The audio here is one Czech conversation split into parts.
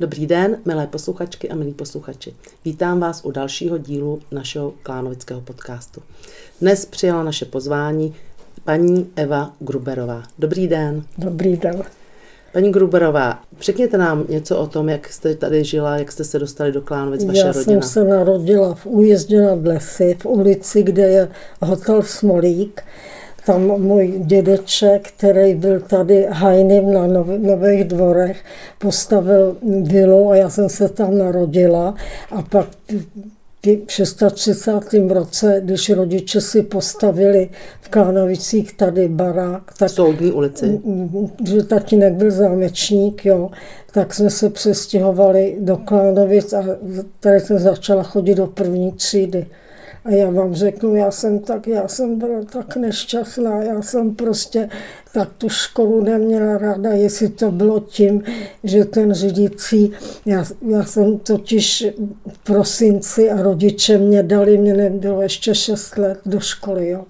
Dobrý den, milé posluchačky a milí posluchači. Vítám vás u dalšího dílu našeho klánovického podcastu. Dnes přijala naše pozvání paní Eva Gruberová. Dobrý den. Dobrý den. Paní Gruberová, řekněte nám něco o tom, jak jste tady žila, jak jste se dostali do Klánovic, vaše Já rodina. jsem se narodila v újezdě nad lesy, v ulici, kde je hotel Smolík. Tam můj dědeček, který byl tady hajným na Nov- Nových dvorech, postavil vilu a já jsem se tam narodila. A pak v 36. roce, když rodiče si postavili v Klánovicích tady barák, tak V soudní ulici. že tatínek byl zámečník, jo, tak jsme se přestěhovali do Klánovic a tady jsem začala chodit do první třídy. A já vám řeknu, já jsem tak, já jsem byla tak nešťastná, já jsem prostě tak tu školu neměla ráda, jestli to bylo tím, že ten řídící, já, já jsem totiž v prosinci a rodiče mě dali, mě nebylo ještě 6 let do školy, jo.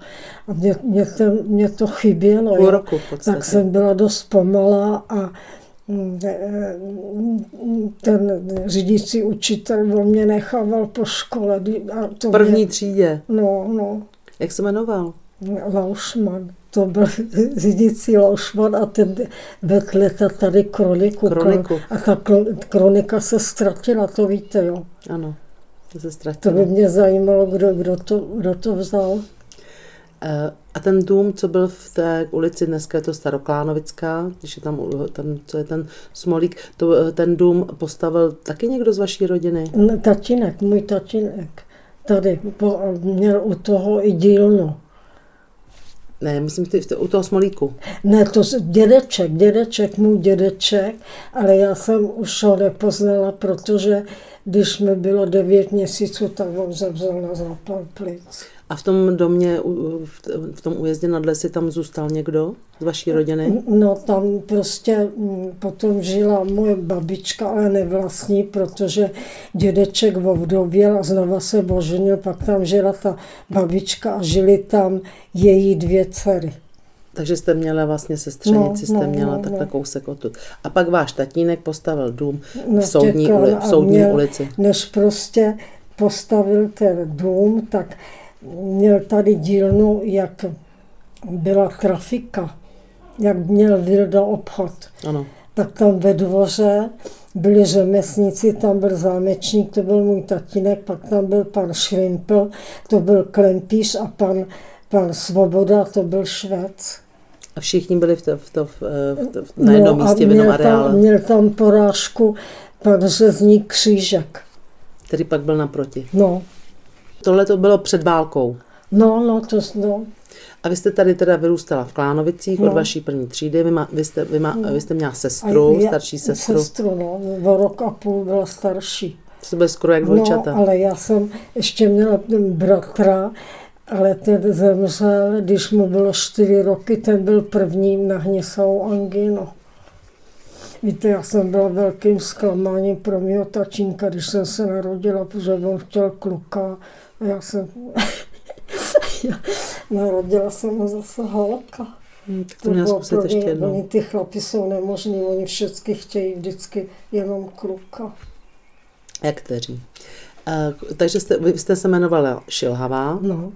A mě, mě, ten, mě to chybělo, Půl jo. roku v podstatě. Tak jsem byla dost pomalá a mm, eh, mm, ten řídící učitel o mě nechával po škole. kdy- A to V první Mě, třídě. no, no, Jak se jmenoval? Laušman. To byl řídící Laušman a ten Betleta tady kroniku. Kroniku. A ta kro- kronika se ztratila, to víte, jo. Ano, to se To by ztratilo. mě zajímalo, kdo, kdo, to, kdo to vzal. Eh, A ten dům, co byl v té ulici, dneska je to Staroklánovická, když je tam, u- tam co je ten Smolík, to, eh, ten dům postavil taky někdo z vaší rodiny? Ne, Tatínek, můj tatínek. Tady po, měl u toho i dílnu. Ne, myslím, ty, v t- u toho Smolíku. Ne, to s- dědeček, dědeček, můj dědeček, ale já jsem už ho nepoznala, protože když mi bylo devět měsíců, tak on zemřel na zápal plic. A v tom domě, u- v t- v tom újezdě nad lesy, tam zůstal někdo z vaší rodiny? No tam prostě mm, potom žila moje babička, ale nevlastní, protože dědeček ovdověl a znova se boženil, pak tam žila ta babička a žili tam její dvě dcery. Takže jste měla vlastně sestřenici, No, jste no, měla no, takhle no. kousek odtud. A pak váš tatínek postavil dům No, na v soudní, Těkán uli, a v soudní měl- ulici. Než prostě postavil ten dům, tak měl tady dílnu, jak byla trafika, jak měl Vilda obchod. Ano. Tak tam ve dvoře byli řemeslníci, tam byl zámečník, to byl můj tatínek, pak tam byl pan Šlimpl, to byl klempíř a pan, pan Svoboda, to byl Švec. A všichni byli v to, v to, v, eh, v to, v- na jednom No, a místě, v jednom měl tam, areále, měl tam porážku pan řezník Křížek. který pak byl naproti. No, Tohle to bylo před válkou. No, no, to s- no. A vy jste tady teda vyrůstala v Klánovicích od No. vaší první třídy. Vy, má, vy, jste, vy, má, vy jste měla sestru, já- starší sestru. Sestru, no, o rok a půl byla starší. To byly skoro jak dvojčata. No, ale já jsem ještě měla ten bratra, ale ten zemřel, když mu bylo čtyři roky, ten byl prvním na hněsavou anginu. Víte, já jsem byla velkým zklamáním pro mého tatínka, když jsem se narodila, protože on chtěl kluka. A já jsem... já, narodila jsem mu zase holka. Hm, tak to měla bylo zkusit pro ještě ně- jednou. Oni ty chlapi jsou nemožní, oni všichni chtějí vždycky jenom kluka. Jak kteří. Eh, takže jste, vy jste se jmenovala Šilhavá No.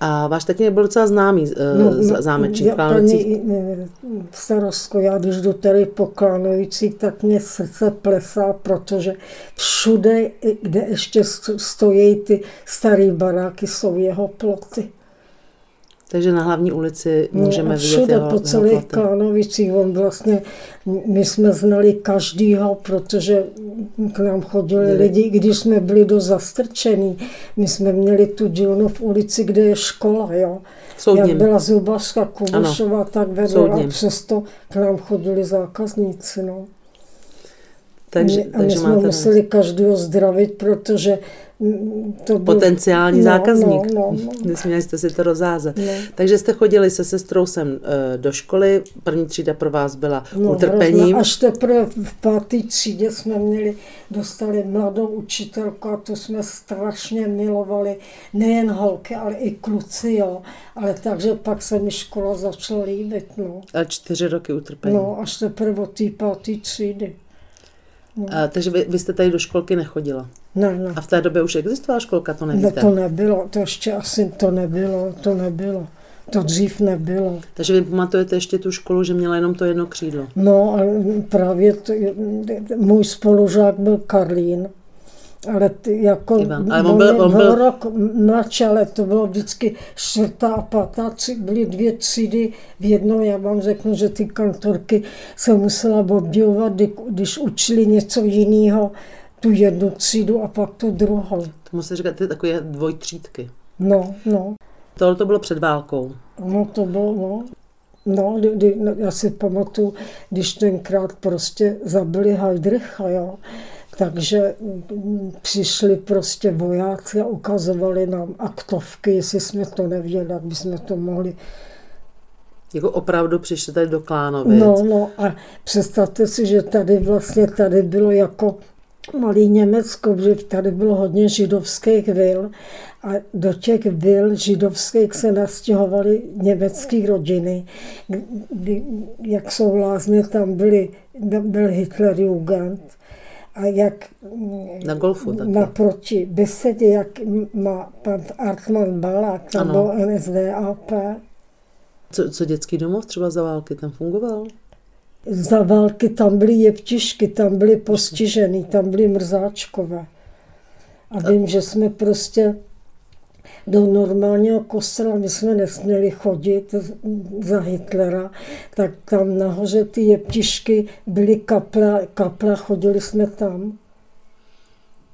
a váš tatínek byl docela známý eh, z- zámečník v já, Klánovicích. paní eh, starostko, já když jdu tady po Klánovicích, tak mě srdce plesá, protože všude, i kde ještě sto- stojí ty staré baráky, jsou jeho ploty. Takže na hlavní ulici můžeme a vidět No, všude jeho, po jeho celých platy. Klánovicích, on vlastně, my jsme znali každýho, protože k nám chodili Byli. lidi, i když jsme byli do zastrčený, my jsme měli tu dílnu v ulici, kde je škola, jo. V Jak Soudním. byla zubařka Kubušová, tak vedla a soudním. přesto k nám chodili zákazníci, no. Takže, My- a my takže jsme máte museli každého zdravit, protože mm, to byl... potenciální No, zákazník. No, no, no. Nesměli jste si to rozházet. No. Takže jste chodili se sestrou sem eh, do školy, první třída pro vás byla No, utrpením. hrozné. Až teprve v páté třídě jsme měli, dostali mladou učitelku a tu jsme strašně milovali, nejen holky, ale i kluci, jo. Ale takže pak se mi škola začala líbit, no. A čtyři roky Eh, utrpení. No, až teprve od té páté třídy. A, Eh, takže vy, vy jste tady do školky nechodila. Ne, ne. A v té době už existovala školka, to Ne, nevíte. to nebylo, to ještě asi to nebylo, to nebylo. To dřív nebylo. Takže vy pamatujete ještě tu školu, že měla jenom to jedno křídlo. No a právě t, můj spolužák byl Karlín, ale ty, jako Ivan, ale on byl- je- on byl- rok mladší, ale to bylo vždycky čtvrtá a pátá, tři, byly dvě třídy v jednom. Já vám řeknu, že ty kantorky se musela obdivovat, kdy- když učili něco jiného, tu jednu třídu a pak tu druhou. Tomu se říká ty takové dvojtřídky. No, no. Tohle to bylo před válkou. No to bylo, no. No, kdy, kdy, no, já si pamatuju, když tenkrát prostě zabili Heidricha, jo. Takže mm, přišli prostě vojáci a ukazovali nám aktovky, jestli jsme to nevěděli, jak bychom to mohli. Jako opravdu přišli tady do Klánovic. No, no a představte si, že tady vlastně tady bylo jako malý Německo, protože tady bylo hodně židovských vil a do těch vil židovských se nastěhovaly německé rodiny. Kdy, jak jsou lázně, tam byly, byl Hitlerjugend a jak Na golfu taky. naproti besedě, jak má pan Artman Balák, tam Ano. byl NSDAP, Co, co dětský domov třeba za války tam fungoval? Za války tam byly jeptišky, tam byly postižený, tam byly mrzáčkové. A vím, že jsme prostě do normálního kostela, my jsme nesměli chodit za Hitlera, tak tam nahoře ty jeptišky byly kaple, kaple a chodili jsme tam.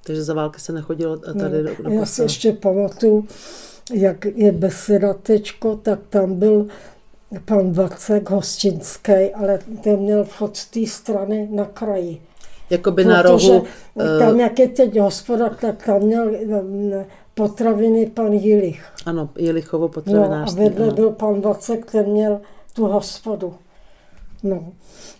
Takže za války se nechodilo a tady do, do Já si kostela. ještě pamatuju, jak je beseda tečko, tak tam byl pan Vacek Hostinský, ale ten měl vchod z té strany na kraji. Jakoby na Protože rohu. Tam, eh, jak je teď hospoda, tak tam měl mm, potraviny pan Jilich. Ano, Jelichovo No, a potravinářství. vedle ano. byl pan Vacek, ten měl tu hospodu. No.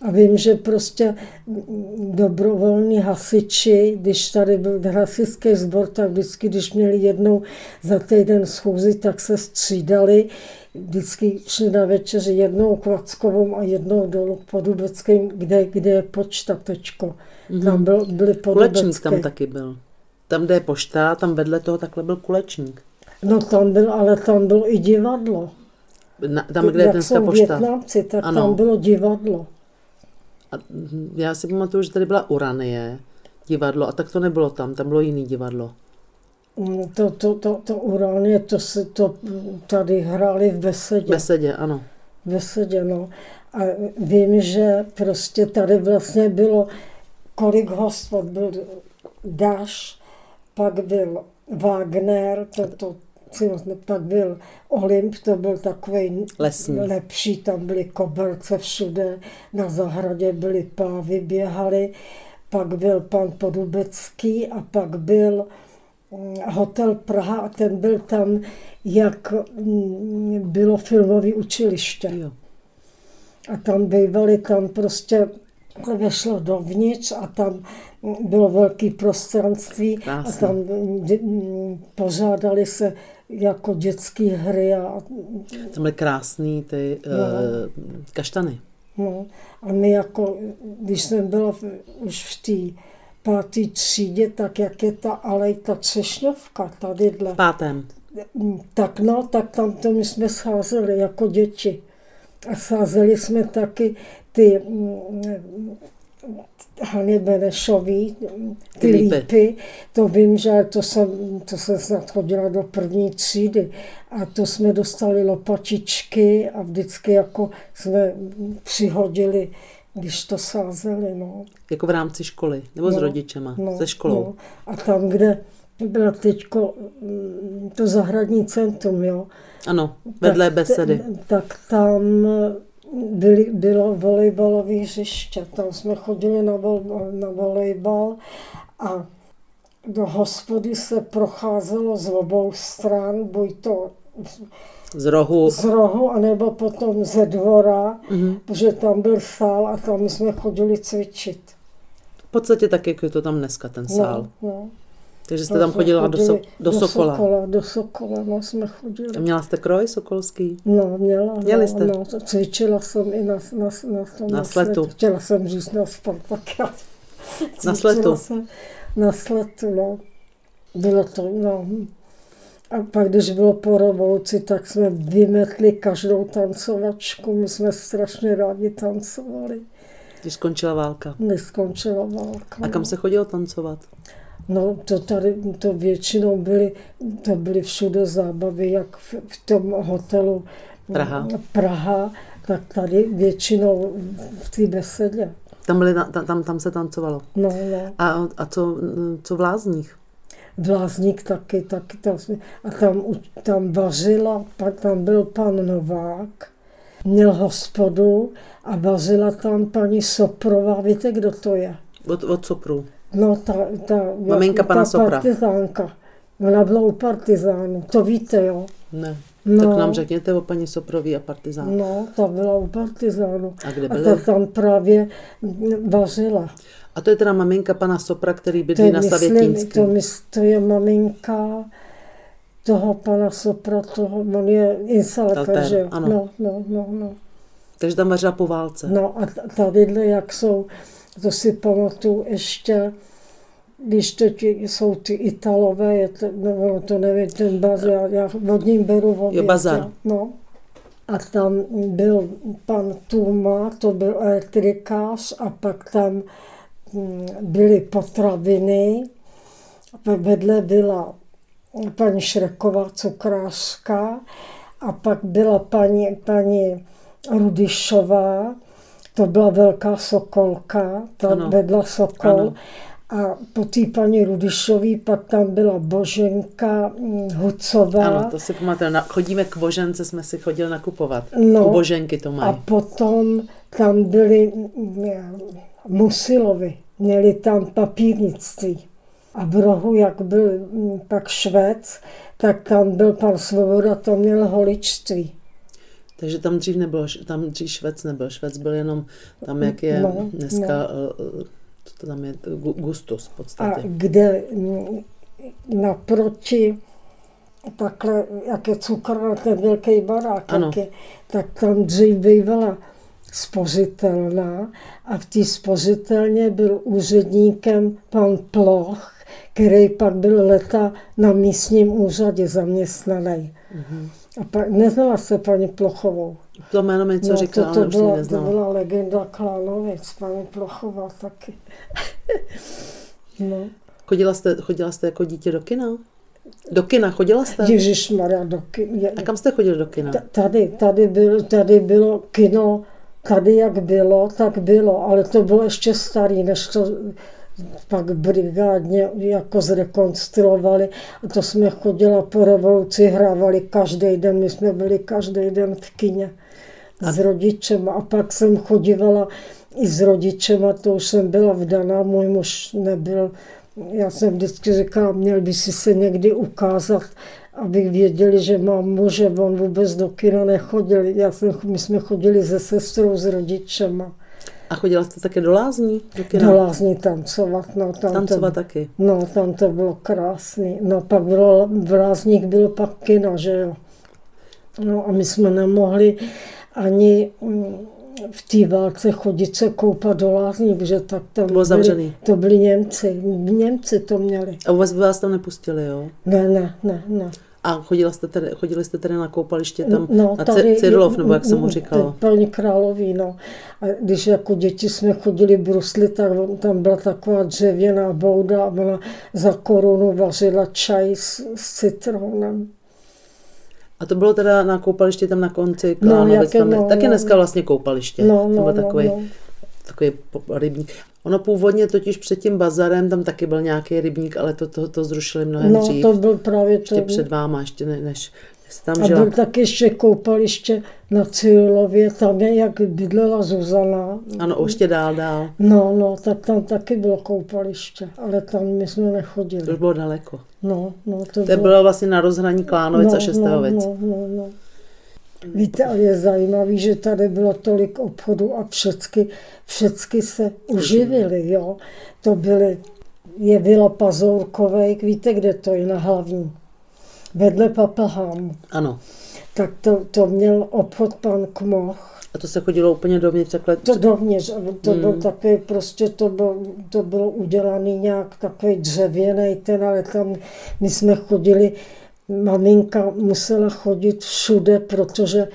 A vím, že prostě mm, dobrovolní hasiči, když tady byl hasičský sbor, tak vždycky, když měli jednou za týden schůzi, tak se střídali. Vždycky šli na večeři jednou k Vackovům a jednou dolů k Podubeckým, kde, kde je počta tečko. Tam byl, byly Mhm. Kulečník Podubecké. tam taky byl. Tam, kde je pošta, tam vedle toho takhle byl kulečník. No tam byl, ale tam bylo i divadlo. Na, tam, kde je Jak dneska jsou pošta. Větnamci, tak Ano. tam bylo divadlo. A mhm, já si pamatuju, že tady byla Uranie, divadlo, a tak to nebylo tam, tam bylo jiný divadlo. Mm, To, to, to, to uránie, to se to mm, tady hráli v V besedě. besedě, ano. V besedě no. A vím, že prostě tady vlastně bylo kolik hospod. Byl Daš, pak byl Wagner, to, to, si moc ne- pak byl Olymp, to byl takový Lesní. lepší, tam byly koberce všude, na zahradě byly pávy, běhali, pak byl pan Podubecký a pak byl mm, Hotel Praha a ten byl tam, jak mm, bylo filmové učiliště. Jo. A tam bývali, tam prostě vešlo dovnitř a tam mm, bylo velké prostranství Krásný. a tam dě- pořádali se jako dětské hry a, Tam byly krásný ty no. uh, kaštany. no. a my jako, když jsem byla v, už v té páté třídě, tak jak je ta alej, ta třešňovka tadyhle, V pátém. Mm, Tak no, tak tam to my jsme scházeli jako děti. A sázeli jsme taky ty mm, Hany Benešový, mm, ty Ty lípy. lípy. To vím, že to jsem, to jsem snad chodila do první třídy. A to jsme dostali lopatičky a vždycky jako jsme mm, přihodili, když to sázeli. No. Jako v rámci školy, nebo no. s No, rodičema, no. se školou. No. A tam, kde byla teďko mm, to zahradní centrum, jo, Ano, vedle tak, besedy. t- Tak tam byly, bylo volejbalové hřiště, tam jsme chodili na, vol, na volejbal a do hospody se procházelo z obou stran, buď to Z rohu. z rohu, anebo potom ze dvora, Mhm. protože tam byl sál a tam jsme chodili cvičit. V podstatě tak, jak je to tam dneska, ten sál. No, no. Takže jste To tam jsme chodila do, so, chodili do Sokola. Sokola. Do Sokola, no, jsme chodili. A Měla jste kroj sokolský? No, měla. Měli no, jste? No, cvičila jsem i na, na, na, tom, Na sletu. Chtěla jsem říct na sport, tak já Na Cvičila sletu. jsem Na sletu, no. Bylo to, no. A pak, když bylo po revoluci, tak jsme vymetli každou tancovačku. My jsme strašně rádi tancovali. Když skončila válka. Neskončila válka. A kam no. se chodilo tancovat? No to tady, to většinou byly, to byly všude zábavy, jak v, v tom hotelu Praha. Praha, tak tady většinou v té besedě. Tam, byly, na- tam, tam, tam se tancovalo. No, no. A, a co, co v lázních? Blázník taky, taky tam jsme, a tam, u- tam vařila, pak tam byl pan Novák, měl hospodu a vařila tam paní Soprová, víte, kdo to je? Od, od Sopru. No, ta, ta, Maminka ta pana Sopra. partizánka. Ona byla u partizánů, to víte, jo? Ne. No. No. Tak nám řekněte o paní Soprový a partizán. No, ta byla u partizánu. A kde A byli? ta tam právě vařila. A to je teda maminka pana Sopra, který bydlí na Savětínský. to, mys- to je maminka toho pana Sopra, toho, on je instalatér, Alter, že jo? ano. No, no, no, no. Takže tam vařila po válce. No a t- tadyhle, jak jsou, to si pamatuju ještě, když teď jsou ty Italové, je to, no, ono to nevím, ten bazar, já, já od ním beru oběd, Jo, bazar. No. A tam byl pan Tuma, to byl elektrikář, a pak tam mm, byly potraviny, a pak vedle byla paní Šreková cukrářka a pak byla paní, paní Rudišová, to byla velká sokolka, ta Ano. vedla sokol. Ano. A po té paní Rudišový pak tam byla Boženka mm, Hucová. Ano, to si pamatuju. Na, chodíme k Božence, jsme si chodili nakupovat. No. No. U Boženky to A mají. potom tam byli mm, Musilovi, měli tam papírnictví. A v rohu, jak byl mm, pak Švec, tak tam byl pan Svoboda, to měl holičství. Takže tam dřív nebylo, š- tam dřív Švec nebyl. Švec byl jenom tam, jak je No, no, dneska, no. co to tam je, Gu- Gustus v A podstatě. kde mm, naproti takhle, jak je cukrárna, ten velký barák, Ano. jak je, tak tam dřív bývala spořitelná a v té spořitelně byl úředníkem pan Ploch, který pak byl leta na místním úřadě zaměstnaný. Mhm. A pak, neznala se paní Plochovou. To jméno mi co říkala, No, to, ale to, už to byla, to neznala. byla legenda Klánovic, paní Plochová taky. no. Chodila jste, chodila jste jako dítě do kina? Do kina chodila jste? Ježíš Maria, do kin, je, A kam jste chodili do kina? t- tady, tady, byl, tady bylo kino, tady jak bylo, tak bylo, ale to bylo ještě starý, než to pak brigádně jako zrekonstruovali. A to jsme chodila po revoluci, hrávali každý den, my jsme byli každý den v kině s rodičema. A pak jsem chodívala i s rodičema, to už jsem byla vdaná, můj muž nebyl. Já jsem vždycky říkala, měl by si se někdy ukázat, abych věděli, že mám muže, on vůbec do kina nechodil. Já jsem, my jsme chodili se sestrou s rodičema. A chodila jste také do lázní? Do kina? Do lázní tancovat. No, tam Tancovat to, taky. no, tam to bylo krásný. No pak bylo, v lázních bylo pak kino, že jo. No a my jsme nemohli ani mm, v té válce chodit se koupat do lázní, protože tak Bylo tam byli, zavřený. to byli Němci. Němci to měli. A vás, vás tam nepustili, jo? Ne, ne, ne, ne. A chodila jste tedy, chodili jste tedy na koupaliště tam No, na tady- Ci- Cyrilov, nebo jak se mu mm, říkalo? ty Paní Králový, no. A když jako děti jsme chodili brusli, tak on- tam byla taková dřevěná bouda a ona za korunu vařila čaj s, s citronem. A to bylo teda na koupaliště tam na konci No, Klánovic, jaké- tam je, no, taky no, dneska vlastně koupaliště. No, to no, byl no, takový, no. takový po- rybník. Ono původně totiž před tím bazarem, tam taky byl nějaký rybník, ale to, to, to zrušili mnohem No, dřív. to byl právě to. ještě před váma, ještě ne, než jste tam Mhm. A žila. byl tak ještě koupaliště na Cyrilově, tam je, jak bydlela Zuzana. Ano, ještě dál, dál. No, no, tak tam taky bylo koupaliště, ale tam my jsme To nechodili. už bylo daleko. No, no, to, To bylo... bylo vlastně na rozhraní Klánovic a Šestahovic. No, no, no. Víte, ale je zajímavý, že tady bylo tolik obchodů a všecky, všecky se uživily, jo. To byly, je Vila Pazourkovej, víte, kde to je, na hlavní. Vedle Papelhámu. Ano. tak to, to měl obchod pan Kmoch. A to se chodilo úplně dovnitř takhle? To dovnitř, ano, to byl Hmm. takový prostě, to, byl, to bylo udělaný nějak takový dřevěný ten, ale tam my jsme chodili, maminka musela chodit všude, protože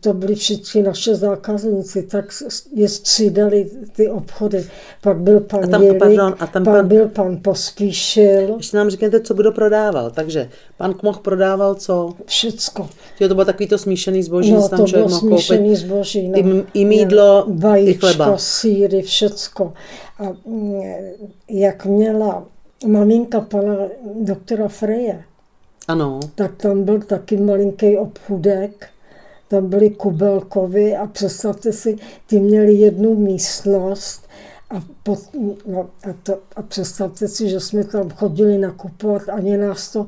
to byli všichni naše zákazníci, tak s- je střídali ty obchody. Pak byl pan A tam- Jirik, pardon, a tam pak pan- byl pan Pospíšil, Ještě nám řekněte, co kdo prodával. Takže pan Kmoch prodával co? všecko. Jo, to bylo takový to smíšený zboží, No, že tam to člověk bylo mohl koupit. smíšený zboží. i m- i mýdlo, i vajíčka, chleba. síry, všecko. A mm, jak měla maminka pana doktora Freje, Ano. tak tam byl taky malinký obchůdek, tam byly kubelkovy a představte si, ty měli jednu místnost a, pod, no, a, to, a představte si, že jsme tam chodili nakupovat, ani nás to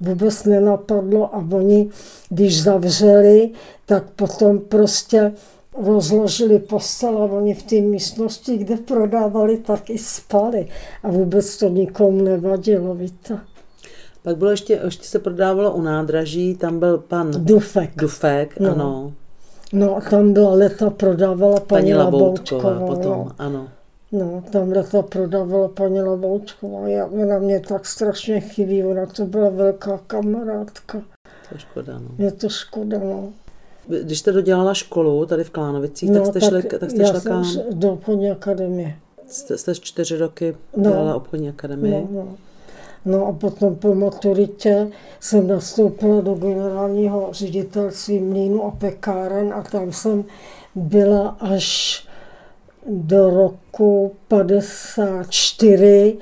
vůbec nenapadlo a oni, když zavřeli, tak potom prostě rozložili postel a oni v té místnosti, kde prodávali, tak i spali. A vůbec to nikomu nevadilo, víte. Pak bylo ještě, ještě se prodávalo u nádraží, tam byl pan Dufek. Dufek, No. ano. No a tam byla leta, prodávala paní, Paní Laboutková Laboutková. potom, No. ano. no, tam leta prodávala paní Laboutková. Já, ona mě tak strašně chybí, ona to byla velká kamarádka. To je škoda, no. Je to škoda, no. Když jste dodělala školu tady v Klánovicích, no tak jste šli, tak jste já šla jsem kam? šla do obchodní akademie. Jste, jste čtyři roky No. dělala obchodní akademii. No, no. no a potom po maturitě jsem nastoupila do generálního ředitelství mlínu a pekáren a tam jsem byla až do roku 54,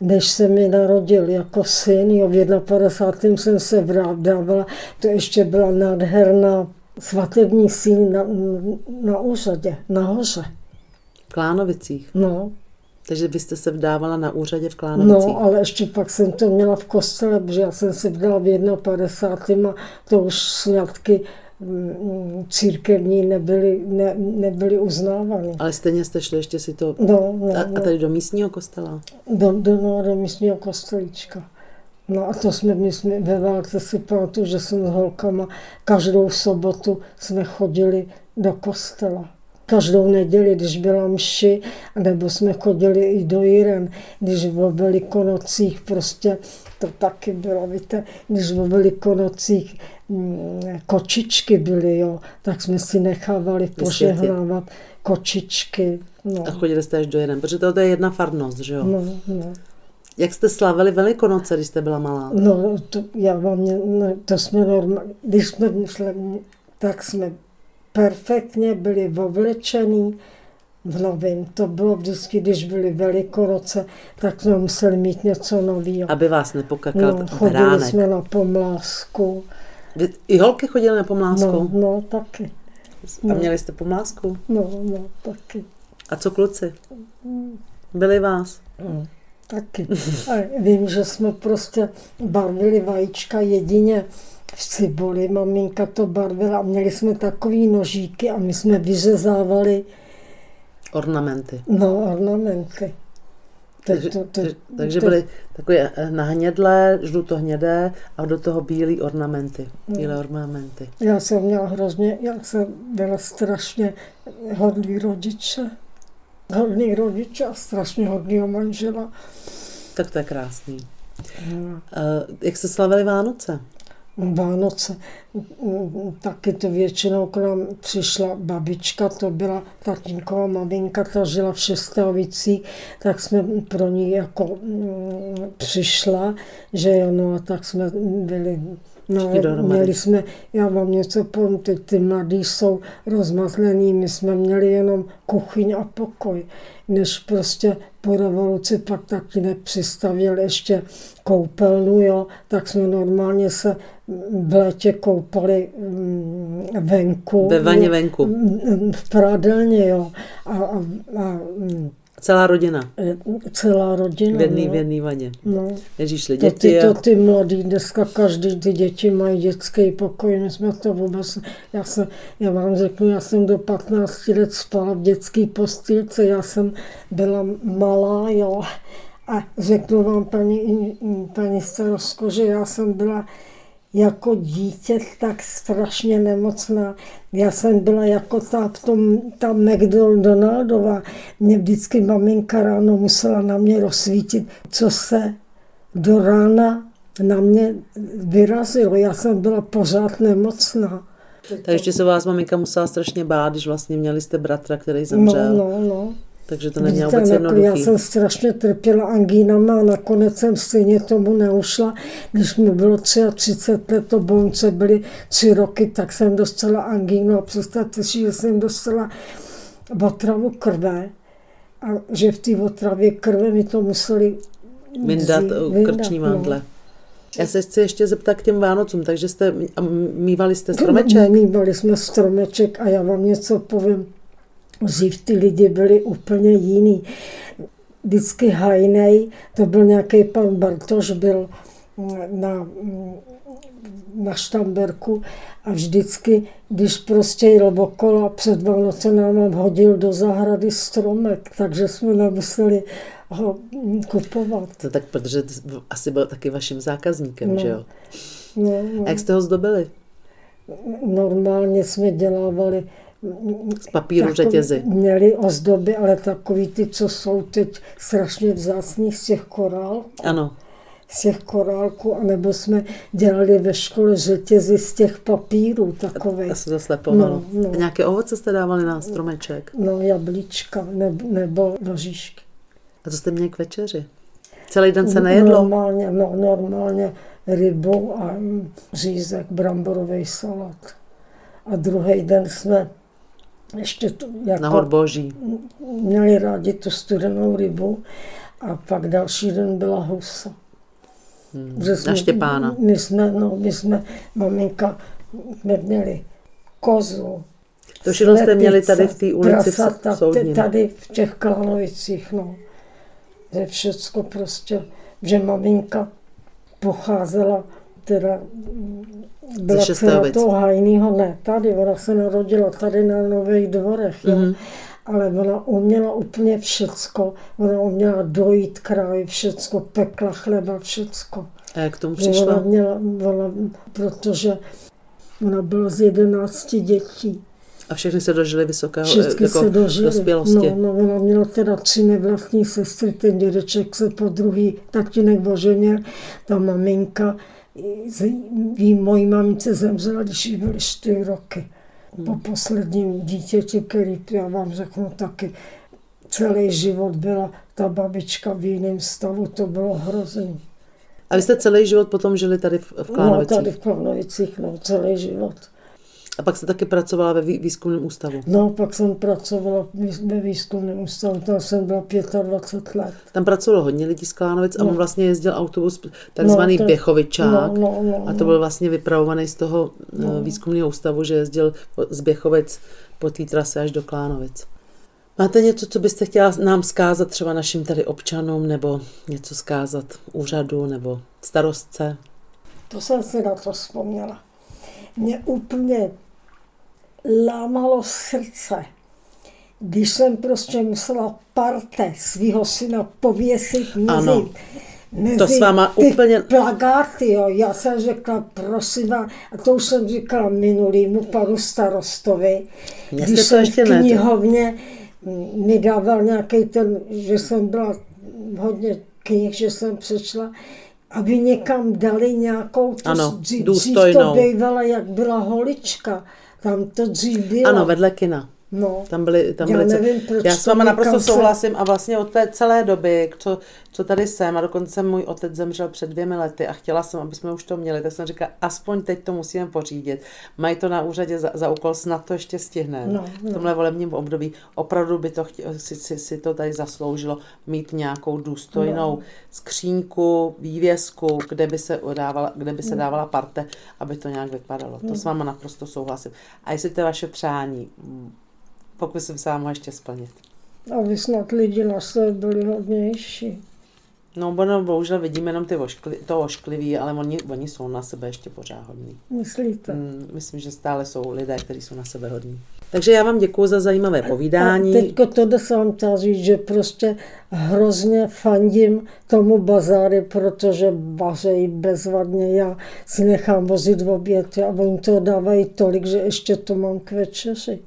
než se mi narodil jako syn. Jo, v 51. jsem se vrádávala, to ještě byla nádherná svatební síň na, na úřadě, nahoře. V Klánovicích. No, Takže vy jste se vdávala na úřadě v Klánovicích. No, ale ještě pak jsem to měla v kostele, protože já jsem se vdala v 51. a to už sňatky mm, církevní nebyly, ne, nebyly uznávány. Ale stejně jste šli ještě si to... No, no, A, no a tady do místního kostela? do, do, no, do místního kostelíčka. No a to jsme, my jsme ve válce si pamatuju, že jsem s holkama každou sobotu jsme chodili do kostela. Každou neděli, když byla mši, nebo jsme chodili i do Jiren, když o velikonocích prostě, to taky bylo, víte, když o velikonocích mm, kočičky byly, jo, tak jsme si nechávali Vysvětlit. požehnávat kočičky. No, A chodili jste až do jeden, protože to, to je jedna farnost, že jo? no, no. Jak jste slavili Velikonoce, když jste byla malá? No, to, já vám, ne- ne, to jsme normálně, když jsme mysleli, tak jsme perfektně byli ovlečený v novin. To bylo vždycky, když byly velikonoce, tak jsme museli mít něco nového. Aby vás nepokakal No, no, chodili beránek. Jsme... jsme na pomlásku. Vy, I holky chodily na pomlásku? No, no, taky. No. A měli jste pomlásku? No, no, taky. A co kluci? Byli vás? Taky. A vím, že jsme prostě barvili vajíčka jedině v cibuli. Maminka to barvila a měli jsme takový nožíky a my jsme vyřezávali Ornamenty. no, ornamenty. To, Takže, to, to, takže- takže to- byly takové eh, nahnědlé, žlutohnědé a do toho bílé ornamenty. Mm. Bílé ornamenty. Já jsem měla hrozně, já jsem byla strašně hodný rodiče. Hodný rodiče a strašně hodného manžela. Tak to je krásný. Eh, jak jste slavili Vánoce? Vánoce. Mm, Taky to většinou k nám přišla babička, to byla tatínková maminka, ta žila v Šestovicích, tak jsme pro ní jako mm, přišla, že jo, no a tak jsme byli No, Všichni dohromady. měli jsme, já vám něco povím, ty, ty mladí jsou rozmazlený, my jsme měli jenom kuchyň a pokoj, než prostě po revoluci pak taky nepřistavil ještě koupelnu, jo, tak jsme normálně se v létě koupali mm, venku. Ve vaně jo, venku. mm, v prádelně, jo, a, a, a mm, Celá rodina. e, celá rodina. V jedný, no. v jedný vaně. No. Ježíšli To ty, děti to a ty mladý, dneska každý ty děti mají dětský pokoj, my jsme to vůbec, já, jsem, já vám řeknu, já jsem do 15 let spala v dětský postýlce, já jsem byla malá, jo, a řeknu vám paní, paní starostko, že já jsem byla jako dítě tak strašně nemocná. Já jsem byla jako ta, v tom, ta McDonaldová. Mě vždycky maminka ráno musela na mě rozsvítit, co se do rána na mě vyrazilo. Já jsem byla pořád nemocná. Takže ještě se vás maminka musela strašně bát, když vlastně měli jste bratra, který zemřel. No, no, no. Takže to nemělo vůbec Víte, nakl- jednoduchý. já jsem strašně trpěla angínama a nakonec jsem stejně tomu neušla. Když mi bylo 33 let, to bonce byly tři roky, tak jsem dostala angínu a představte si, že jsem dostala otravu krve a že v té otravě krve mi to museli Vyndat vzít- eh, vyndat, krční no. mandle. Já se chci ještě zeptat k těm Vánocům, takže jste a mývali jste stromeček. stromeček? Mývali jsme stromeček a já vám něco povím. Dřív ty lidi byli úplně jiný. Vždycky hajnej, to byl nějaký pan Bartoš, byl mm, na, mm, na Štamberku a vždycky, když prostě jel okolo a před Vánoce nám hodil do zahrady stromek, takže jsme nemuseli ho mm, kupovat. No tak protože t- asi byl taky vaším zákazníkem, No. že jo? No, no. A jak jste ho zdobili? Normálně jsme dělávali Z papíru Takový- řetězy. Měli ozdoby, ale takový ty, co jsou teď strašně vzácných z těch korál, Ano. z těch korálků, anebo jsme dělali ve škole řetězy z těch papírů takovej. Já se to slepovalo. No, no. A nějaké ovoce jste dávali na stromeček? No, jablíčka ne, nebo rožíšky. A co jste měli k večeři? Celý den se nejedlo? Normálně, no, normálně rybu a mm, řízek, bramborový salát. A druhý den jsme ještě tu, jako Na horboží. měli rádi tu studenou rybu a pak další den byla husa. Hmm. Že Na Štěpána. My jsme, no, my jsme, maminka, my měli kozu. To všechno jste měli tady v té slepice, ulici v prasata, Soudním. t- Tady v těch Klánovicích, no. Že všecko prostě, že maminka pocházela teda mm, byla dcera Šestaovic. toho hajnýho, ne, tady, ona se narodila tady na Nových dvorech, jo. Mhm. Ale ona uměla úplně všecko. Ona uměla dojít kraj, všecko, pekla chleba, všecko. A jak k tomu Že Ona přišla? měla, ona, protože ona byla z jedenácti dětí. A všechny se dožili vysokého Všechny jako se dožily. dospělosti. No, no, ona měla teda tři nevlastní sestry, ten dědeček se po druhý tatínek oženil, ta maminka, z- jí mojí mamince zemřela, když jí byly čtyři roky. Hmm. Po posledním dítěti, který já vám řeknu taky, celý život byla ta babička v jiném stavu, to bylo hrozný. A vy jste celý život potom žili tady v, v No, Klánovicích. tady v Klanovicích, no, celý život. A pak jste taky pracovala ve vý- výzkumném ústavu. No, pak jsem pracovala ve výzkumném ústavu, tam jsem byla 25 let. Tam pracovalo hodně lidí z Klánovic a on No. vlastně jezdil autobus takzvaný to- Běchovičák. No, no, no, A to byl vlastně vypravovaný z toho no. výzkumného ústavu, že jezdil z Běchovic po té trase až do Klánovic. Máte něco, co byste chtěla nám zkázat třeba našim tady občanům, nebo něco zkázat úřadu, nebo starostce? To jsem si na to vzpomněla. Mě úplně lámalo srdce, když jsem prostě musela parte svého syna pověsit mezi, Ano. mezi To s váma ty úplně- plagáty. Jo. Já jsem řekla, prosím vás, a to už jsem říkala minulýmu panu starostovi, Mně když jste to jsem ještě v ne, to- knihovně mm, mi dával nějaký ten, že jsem byla hodně knih, že jsem přečla, aby někam dali nějakou tu Ano, dřív, dřív to důstojnou. bývala, jak byla holička. Tam to dřív bylo. Ano, vedle kina. no. Tam byly, tam Já byly nevím, proč já to s váma naprosto někam se- souhlasím a vlastně od té celé doby, co, co tady jsem, a dokonce můj otec zemřel před dvěmi lety a chtěla jsem, aby jsme už to měli, tak jsem říkala, aspoň teď to musíme pořídit. Mají to na úřadě za, za úkol, snad to ještě stihne. No, V tomhle volebním období opravdu by to chtě, si, si, si to tady zasloužilo mít nějakou No. důstojnou skříňku, vývězku, kde by se dávala, kde No. by se dávala parte, aby to nějak vypadalo. To s váma naprosto souhlasím. A jestli to je vaše přání, mm, pokusím se vám ho ještě splnit. Aby snad lidi na sebe byli hodnější. No, bo- no bohužel vidíme jenom ty oškli, to ošklivý, ale oni, oni jsou na sebe ještě pořád hodní. Myslíte? Mm, Myslím, že stále jsou lidé, kteří jsou na sebe hodní. Takže já vám děkuji za zajímavé povídání. A teďko to jsem vám chtěla říct, že prostě hrozně fandím tomu bazáry, protože vařejí bezvadně. Já si nechám vozit v oběd a oni to dávají tolik, že ještě to mám k večeři.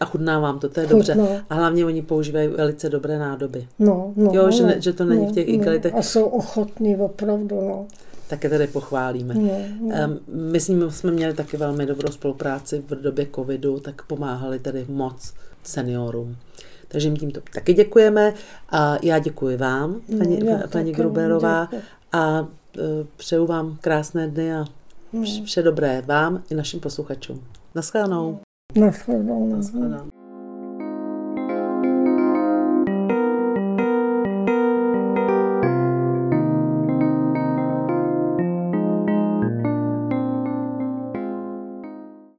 A chutná vám to, to je Chutná. dobře. A hlavně oni používají velice dobré nádoby. No, no, Jo, že no, ne- že to není v těch igalitech. A jsou ochotní opravdu, no. Tak je tady pochválíme. no, no. Ehm, My s ním jsme měli taky velmi dobrou spolupráci v době covidu, tak pomáhali tady moc seniorům. Takže jim tímto taky děkujeme. A já děkuji vám, paní, No, já paní taky Gruberová, děkuji. a eh, přeju vám krásné dny a vš- vše dobré vám i našim posluchačům. Naschledanou. Naschledanou. Naschledanou.